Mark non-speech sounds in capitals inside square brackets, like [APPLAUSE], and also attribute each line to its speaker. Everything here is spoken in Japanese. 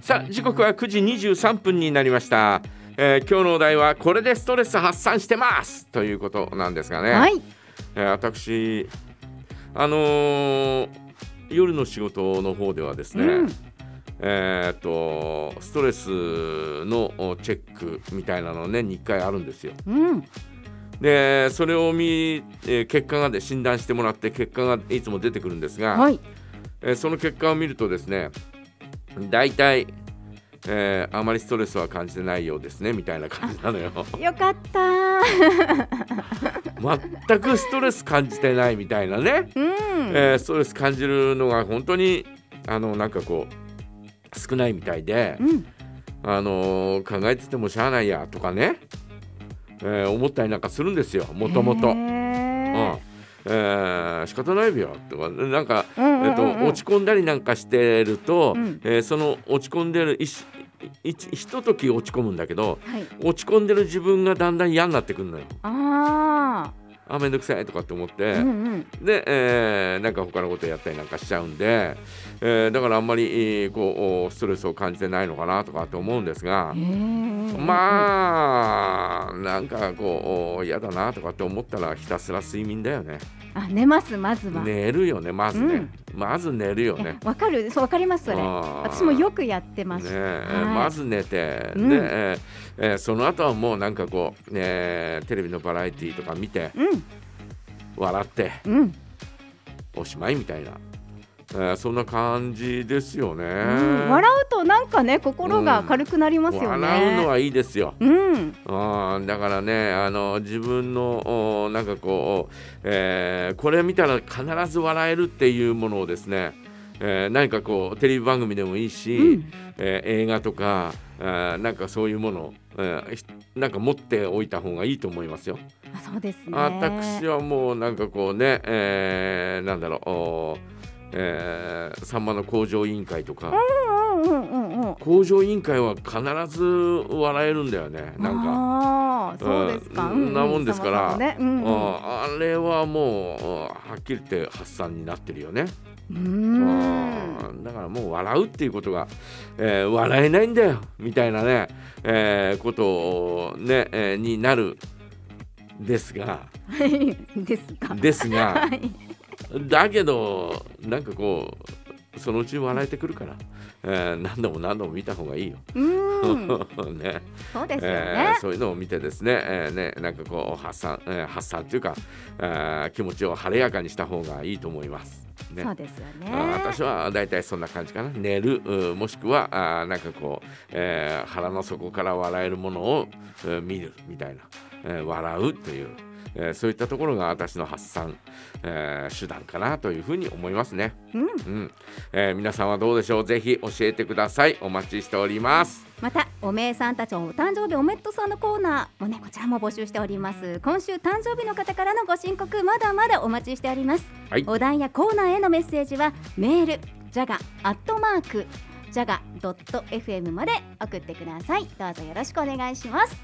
Speaker 1: さあ時刻は9時23分になりました、えー今日のお題はこれでストレス発散してますということなんですがね、
Speaker 2: はい。
Speaker 1: えー私あのー夜の仕事の方ではですね、
Speaker 2: うん
Speaker 1: えーっとストレスのおチェックみたいなの年に1回あるんですよ。
Speaker 2: うん。
Speaker 1: でそれを見、えー結果がで診断してもらって結果がいつも出てくるんですが、
Speaker 2: はい。
Speaker 1: えーその結果を見るとですね大体、えーあまりストレスは感じてないようですねみたいな感じなのよ
Speaker 2: よかったー。
Speaker 1: [LAUGHS] 全くストレス感じてないみたいなね、
Speaker 2: うん。
Speaker 1: えーストレス感じるのが本当にあのなんかこう少ないみたいで、
Speaker 2: うん。
Speaker 1: あのー考えててもしゃあないやとかね、えー思ったりなんかするんですよもともと。うん
Speaker 2: へー
Speaker 1: えー仕方ないよとかなんか
Speaker 2: うんうん
Speaker 1: えっ
Speaker 2: うんうん
Speaker 1: と、落ち込んだりなんかしてると、
Speaker 2: うん
Speaker 1: えーその落ち込んでる一一ひととき落ち込むんだけど
Speaker 2: はい。
Speaker 1: 落ち込んでる自分がだんだん嫌になってくるのよ。
Speaker 2: あ
Speaker 1: あめんどくさいとかって思っ
Speaker 2: あ。
Speaker 1: て、
Speaker 2: うんうん。
Speaker 1: で、えーなんか他のことやったりなんかしちゃうんで、えーだからあんまり、えーこうおストレスを感じてないのかなとかって思うんですが。
Speaker 2: あ。
Speaker 1: まあなんかこうお嫌だなとかって思ったらひたすら睡眠だよね
Speaker 2: あ、寝ます、まずは。
Speaker 1: 寝るよねまずね、
Speaker 2: うん
Speaker 1: まず寝るよ
Speaker 2: い
Speaker 1: ね
Speaker 2: やわかる、そう、わかります、それ。
Speaker 1: あー
Speaker 2: 私もよくやってます。
Speaker 1: ねえ
Speaker 2: はい
Speaker 1: まず寝て、
Speaker 2: うん
Speaker 1: でえーえーその後はもうなんかこう、ねえ、テレビのバラエティーとか見て
Speaker 2: うん。
Speaker 1: 笑って
Speaker 2: うん。
Speaker 1: おしまいみたいな、えーそんな感じですよね。
Speaker 2: うん笑うと、なんかね、心が軽くなりますよね。
Speaker 1: 笑うのはいいですよ。
Speaker 2: うん。
Speaker 1: あーだからねあの自分のおなんかこう、えーこれ見たら必ず笑えるっていうものをですね、えー何かこうテレビ番組でもいいし、
Speaker 2: うん
Speaker 1: えー映画とかあーなんかそういうものを、えーひなんか持っておいた方がいいと思いますよ。
Speaker 2: あ、そうですね。
Speaker 1: 私はもうなんかこうね、えーなんだろうおー、えー、さんまの工場委員会とか
Speaker 2: うんうんうんうんうん。
Speaker 1: 工場委員会は必ず笑えるんだよねなんか。
Speaker 2: か。ああ、そうですか。
Speaker 1: うんなもんですから
Speaker 2: そもそもね、うんうん。
Speaker 1: ああれはもうはっきり言って発散になってるよね、
Speaker 2: うーん
Speaker 1: あーだからもう笑うっていうことが、えー笑えないんだよみたいなね、えーことをね、えーになるですが
Speaker 2: はい [LAUGHS] ですか。
Speaker 1: です
Speaker 2: [LAUGHS]
Speaker 1: が
Speaker 2: はい。
Speaker 1: だけどなんかこうそのうち笑えてくるから、えー何度も何度も見た方がいいよ。[LAUGHS]
Speaker 2: うーん。
Speaker 1: ね
Speaker 2: そうですよ
Speaker 1: え
Speaker 2: ね
Speaker 1: ー。そういうのを見てですね,、えーねなんかこう発散、えー発散というか、えー気持ちを晴れやかにした方がいいと思います。ね
Speaker 2: そうですよね
Speaker 1: あ。ー私は大体そんな感じかな寝るうもしくはあーなんかこう、えー腹の底から笑えるものをえー見るみたいな、えー笑うという、えーそういったところが私の発散、えー手段かなというふうに思いますね、
Speaker 2: うん。
Speaker 1: うんえー皆さんはどうでしょうぜひ教えてくださいお待ちしております
Speaker 2: またおめえさんたちのお誕生日おめっとさんのコーナーもねこちらも募集しております今週誕生日の方からのご申告まだまだお待ちしております、
Speaker 1: はい
Speaker 2: お題やコーナーへのメッセージはメールジャガアットマークジャガ .fm まで送ってくださいどうぞよろしくお願いします